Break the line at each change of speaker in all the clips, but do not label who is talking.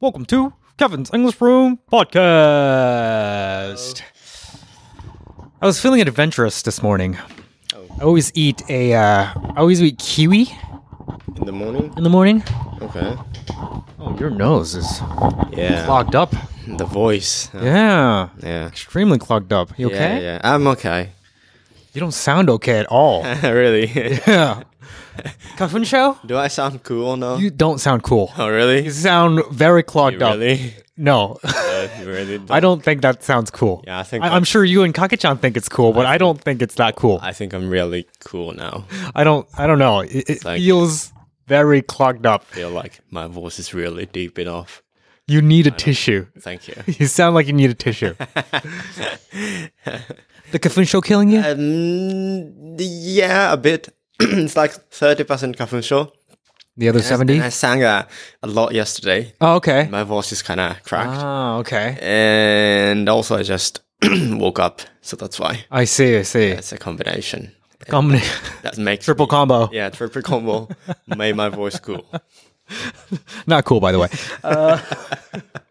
Welcome to Kevin's English Room Podcast. I was feeling adventurous this morning. I always eat a, uh, I always eat kiwi
In the morning?
in the morning.
Okay.
Oh, your nose is
Yeah.
clogged up.
The voice. Yeah.
Yeah,
Yeah.
extremely clogged up. You okay?
Yeah, yeah. I'm okay.
You don't sound okay at all.
really?
yeah. Cuffin show?
Do I sound cool now?
You don't sound cool.
oh, really?
You sound very clogged up.
Really?
No.
Uh, you really
I don't think that sounds cool.
Yeah, I think
I, am sure you and Kakachan think it's cool, but I, don't think it's that cool. I,
I think I'm really cool now.
don't. I don't know. It, it
like-
feels very clogged up.
feel like my voice is really deep enough.
You need a tissue.
Thank you.
You sound like you need a tissue. the Kafun show killing you?
Um, yeah, a bit. it's like 30% coffin show.
The other seventy?
And I sang uh, a lot yesterday.
Oh, okay.
My voice is kind of cracked.
Oh, okay.
and also, I just woke up. So that's why.
I see. I see.
It's a combination.
Combina-
That makes
triple
me-
combo.
Yeah, triple combo made my voice cool.
Not cool, by the way. Uh,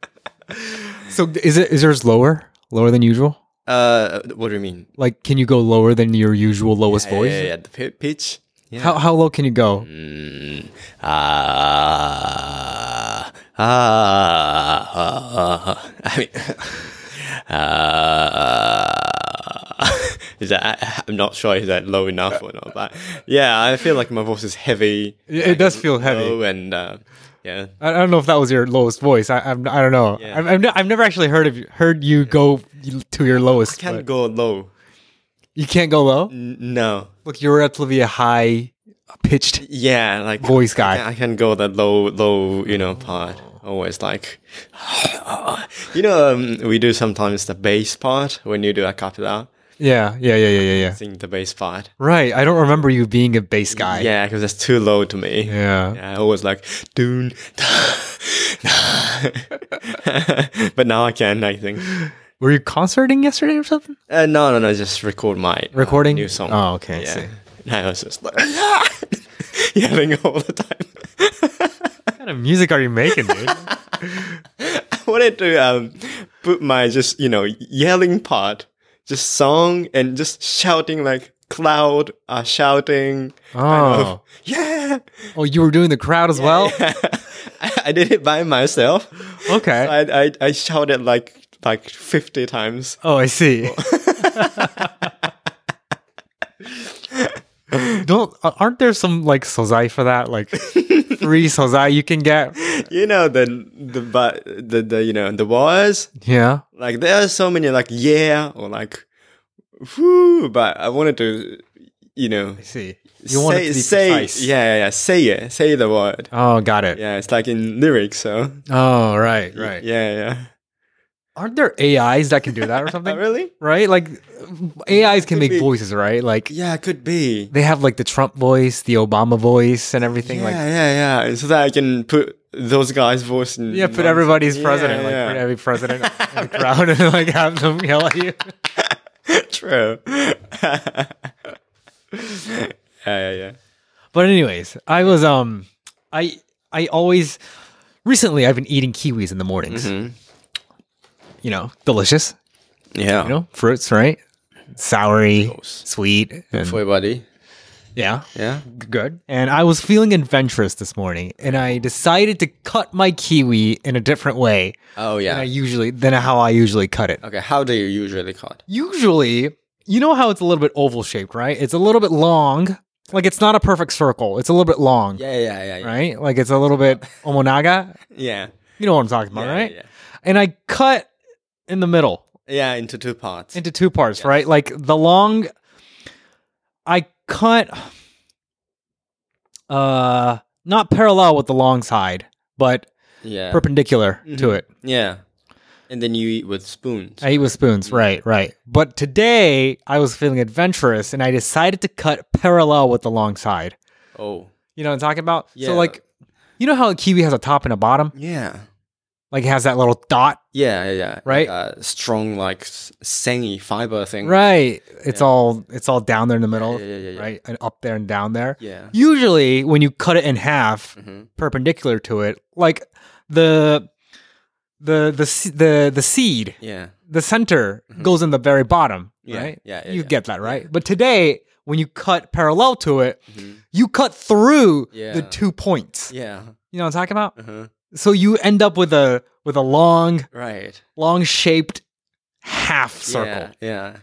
so is it is yours lower? Lower than usual?
Uh, what do you mean?
Like, can you go lower than your usual lowest voice?
Yeah, yeah, the pi- pitch. Yeah. Mm.
How how low can you go?
Ah, ah, ah, I mean, ah. is that? I'm not sure. Is that low enough or not? But yeah, I feel like my voice is heavy.
It- it does feel heavy.
Low and uh, yeah.
I I don't know if that was your lowest voice. I I'm, I don't know.
Yeah.
I've, I've, ne- I've never actually heard of you, heard you go to your lowest.
Can't Mm.
but-
go low.
you can't go low.
N- no.
Look, you're relatively a high pitched.
Yeah, like
Voice
I
guy.
can- I can go that low, low, you know, part. Always like, you know, um, we do sometimes the bass part when you do a cappella.
Yeah, yeah, yeah, yeah, yeah, yeah.
Sing the bass part.
Right. I don't remember you being a bass guy.
Yeah, because that's too low to me.
Yeah.
I always like doon. but now I can. I think.
Were you concerting yesterday or something?
Uh, no, no, no. Just record my uh,
Recording?
new song.
Oh, okay, I
Yeah.
see.
And I was just like yelling all the time.
What kind of music are you making, dude?
wanted to um, put my just you know yelling part, just song and just shouting like cloud are shouting. kind of.
Oh.
yeah.
oh, you were doing the crowd as well.
I, I did it by myself.
Okay.
I, I I shouted like like fifty times.
Oh, I see. Don't uh, aren't there some like sozai for that? Like free sozai you can get.
You know the the but the, the you know the words
Yeah.
like there are so many like yeah or like whoo, but I wanted to you know.
I see. You want it
say,
to be
say,
precise.
Yeah, yeah, yeah. Say it. Say the word.
Oh, got it.
Yeah, it's like in lyrics, so
Oh, right, right.
yeah, yeah.
Aren't there AIs that can do that or something?
Oh, really?
Right? Like AIs can make
be.
voices, right? Like
Yeah, it could be.
they have like the Trump voice, the Obama voice, and everything.
Yeah,
Like
yeah, yeah. So that I can put those guys' voice in.
yeah, put
mine.
everybody's
Yeah,
president, like put
yeah.
every president in the crowd, and like have them yell at you.
True. yeah, yeah, yeah.
But anyways, I was um I I always recently I've been eating kiwis in the mornings. You know, delicious.
Yeah.
You know, fruits, right? Soury, sweet, and-
your body.
yeah,
Yeah.
g- good. And I was feeling adventurous this morning, and I decided to cut my kiwi in a different way
Oh
than I
yeah.
usually than how I usually cut it.
Okay. How do you usually cut?
Usually, you know how it's a little bit oval shaped, right? It's a little bit long. Like it's not a perfect circle. It's a little bit long,
Yeah, yeah, yeah, yeah.
right? Like it's a little bit omonaga,
Yeah.
You know what I'm talking about,
Yeah,
right?
Yeah,
And I cut in the middle
yeah. Yeah, into two parts.
into two parts, right? Like the long I cut uh not parallel with the long side, but
yeah.
perpendicular to
Mhm.
it.
yeah. And then you eat with spoons.
I eat with
Mm-hmm.
spoons, right, right. But today I was feeling adventurous and I decided to cut parallel with the long side.
oh.
You know what I'm talking about?
Yeah.
So like you know how a kiwi has a top and a bottom?
Yeah.
Like it has that little dot
Yeah, yeah, yeah.
Right?
Like a strong, like s- sengi fiber thing.
Right. It's all it's all down there in the middle,
yeah, yeah, yeah, yeah.
right? And up there and down there.
Yeah.
Usually when you cut it in half
Mhm.
perpendicular to it, like the the the se- the the seed,
Yeah.
the center goes in the very bottom,
Mm-hmm. Yeah,
right?
yeah, yeah,
you
yeah.
get that right. But today, when you cut parallel to it, you cut through
Yeah.
the two points.
Mm-hmm. Yeah.
You know what I'm talking about?
Uh-huh.
So you end up with a with a long,
Right.
long shaped half circle,
Yeah, yeah.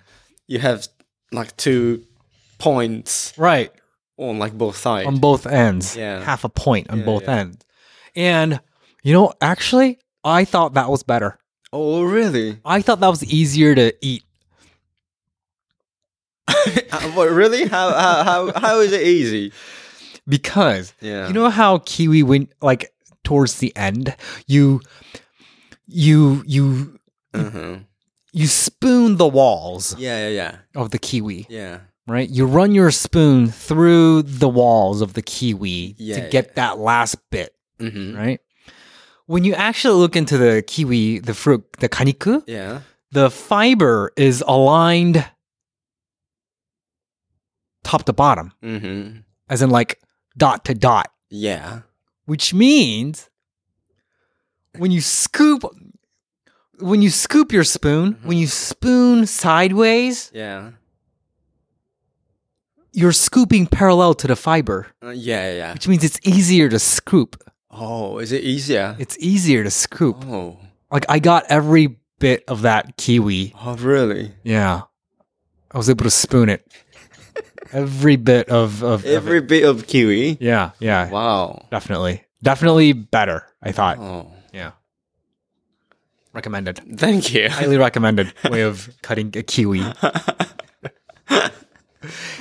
You have like two points
right?
on like both sides.
on both ends.
Yeah.
Half a point on
Yeah,
both
yeah.
ends. And you know, actually, I thought that was better.
oh, really?
I thought that was easier to eat.
Uh, what, really? How, how how how is it easy?
Because
Yeah.
you know how kiwi when like towards the end, you you you
Mhm.
you spoon the walls
Yeah, yeah, yeah,
of the kiwi,
yeah.
right? You run your spoon through the walls of the kiwi
Yeah,
to get that last bit,
Mm-hmm.
right? When you actually look into the kiwi, the fruit, the kaniku,
Yeah.
the fiber is aligned top to bottom,
Mm-hmm.
as in like dot to dot,
Yeah.
which means when you scoop when you scoop your spoon, when you spoon sideways,
Yeah.
you're scooping parallel to the fiber,
Uh, yeah, yeah, yeah.
which means it's easier to scoop.
Oh, is it easier?
It's easier to scoop.
Oh.
Like I got every bit of that kiwi.
Oh, really?
Yeah. I was able to spoon it. Every bit of of, of
Every bit of kiwi.
Yeah, yeah,
Wow.
definitely, definitely better. I thought,
Oh.
yeah, recommended,
Thank you.
highly recommended way of cutting a kiwi.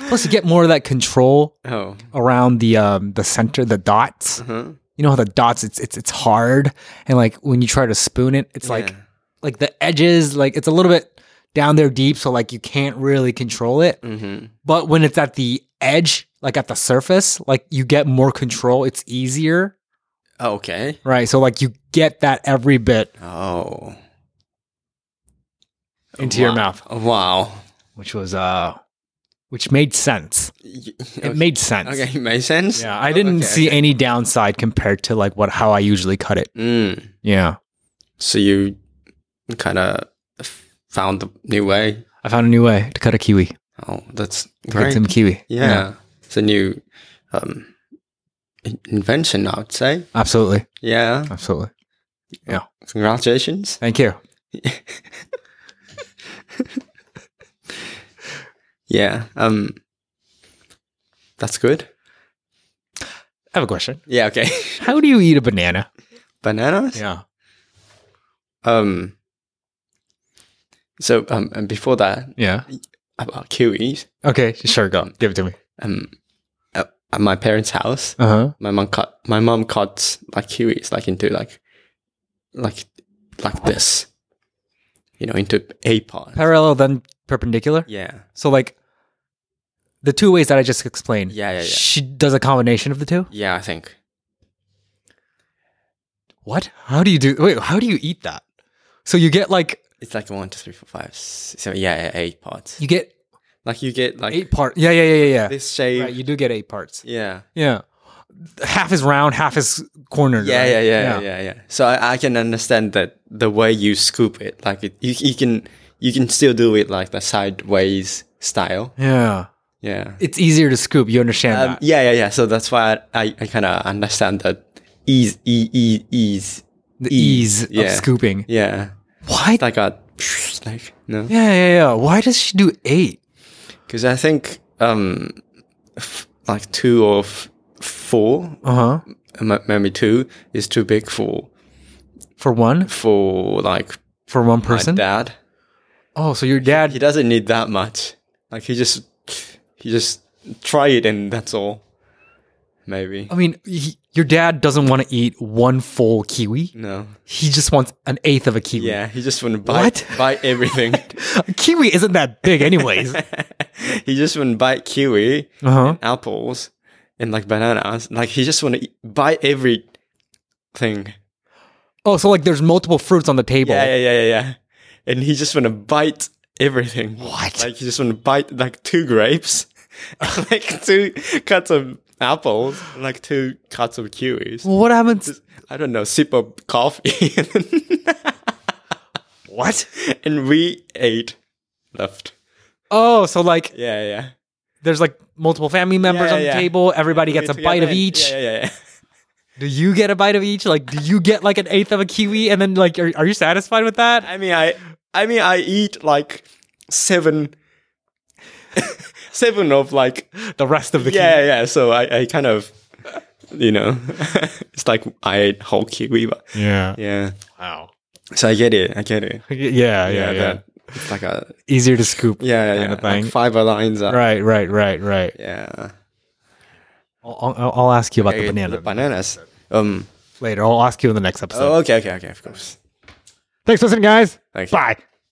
Plus, you get more of that control
Oh.
around the um the center, the dots.
Huh?
You know how the dots, it's it's it's hard, and like when you try to spoon it, it's like
Yeah.
like the edges, like it's a little bit down there deep, so like you can't really control it.
Mm-hmm.
But when it's at the edge, like at the surface, like you get more control. It's easier. oh,
Okay.
Right. So like you get that every bit
Oh.
into your
Wow.
mouth,
Wow.
which was uh which made sense.
Y-
It made sense.
Okay, it makes sense.
Yeah, I didn't see any downside compared to like what how I usually cut it.
Mm.
Yeah.
So you kind of found the new way.
I found a new way to cut a kiwi. To
Oh, that's
Get
great.
some kiwi.
yeah. it's a new um, in- invention, I would say.
Absolutely.
Yeah,
Absolutely.
congratulations.
Thank you.
Yeah, um, that's good.
I have a question.
Yeah, okay.
How do you eat a banana?
Bananas.
Yeah.
Um. So um, and before that,
Yeah.
about kiwis.
Okay, sure, go. Give it to me.
Um, at, at my parents' house,
Uh-huh.
my mom cut my mom cuts like kiwis like into like like like this you know into a part
Parallel then perpendicular.
yeah
So like the two ways that I just explained.
Yeah, yeah, yeah.
She does a combination of the two?
yeah i think
What? How do you do? Wait, how do you eat that? So you get like
it's like one two three four five six, seven yeah, yeah eight parts
you get
like you get like
eight parts. Yeah, yeah, yeah, yeah, yeah.
this shape
Right, you do get eight parts.
yeah
Yeah, half is round, half is cornered.
yeah,
right?
yeah, yeah, yeah, yeah, So I, I can understand that the way you scoop it, like it, you, you can, you can still do it like the sideways style.
Yeah.
Yeah,
It's easier to scoop. You understand
Um,
that?
yeah, yeah, yeah. So that's why I, I kind of understand that ease, e, e, ease.
The
ease,
ease, of
yeah.
scooping.
Yeah,
Why?
like a like no,
yeah, yeah, yeah. Why does she do eight?
because I think um, f- like two or f- four,
Uh huh.
m- maybe two is too big for
For one,
for like
for one
my
person.
dad.
Oh, so your dad?
He doesn't need that much. Like he just he just try it and that's all. Maybe
I mean, he, your dad doesn't want to eat one full kiwi.
no.
He just wants an eighth of a kiwi.
Yeah, he just want to bite
What?
bite everything.
A kiwi isn't that big, anyways. Uh-huh. uh
he just want to bite kiwi.
huh.
apples and like bananas. Like he just want to buy everything.
Oh, so like there's multiple fruits on the table.
Yeah, yeah, yeah, yeah, yeah. And he just want to bite everything.
What?
Like he just want to bite like two grapes, and, like two cuts of apples, and, like two cuts of kiwis.
Well, what happens?
I don't know, sip of coffee.
What?
and we ate left.
Oh, so like
Yeah, yeah.
there's like multiple family members
Yeah,
on the
yeah.
table. Everybody
We
gets a
together
bite of
and-
each.
Yeah, yeah, yeah.
Do you get a bite of each? Like, do you get like an eighth of a kiwi? And then like, are, are you satisfied with that?
I mean, I, I mean, I eat like seven, seven of like
The rest of the
yeah, yeah. So I, I kind of, you know, it's like I ate whole kiwi, but
kiwi. Yeah.
yeah.
Wow.
So I get it. I get it.
Yeah, yeah, yeah.
that- it's like a
Easier to scoop.
yeah, yeah,
Kinda
yeah, like
thing.
fiber lines up.
Right, right, right, right.
Yeah.
I'll, I'll, I'll ask you about
Okay,
the banana
The bananas. Um.
later. I'll ask you in the next episode.
Oh, okay, okay, okay. Of course.
Thanks for listening, guys.
Thank you.
Bye.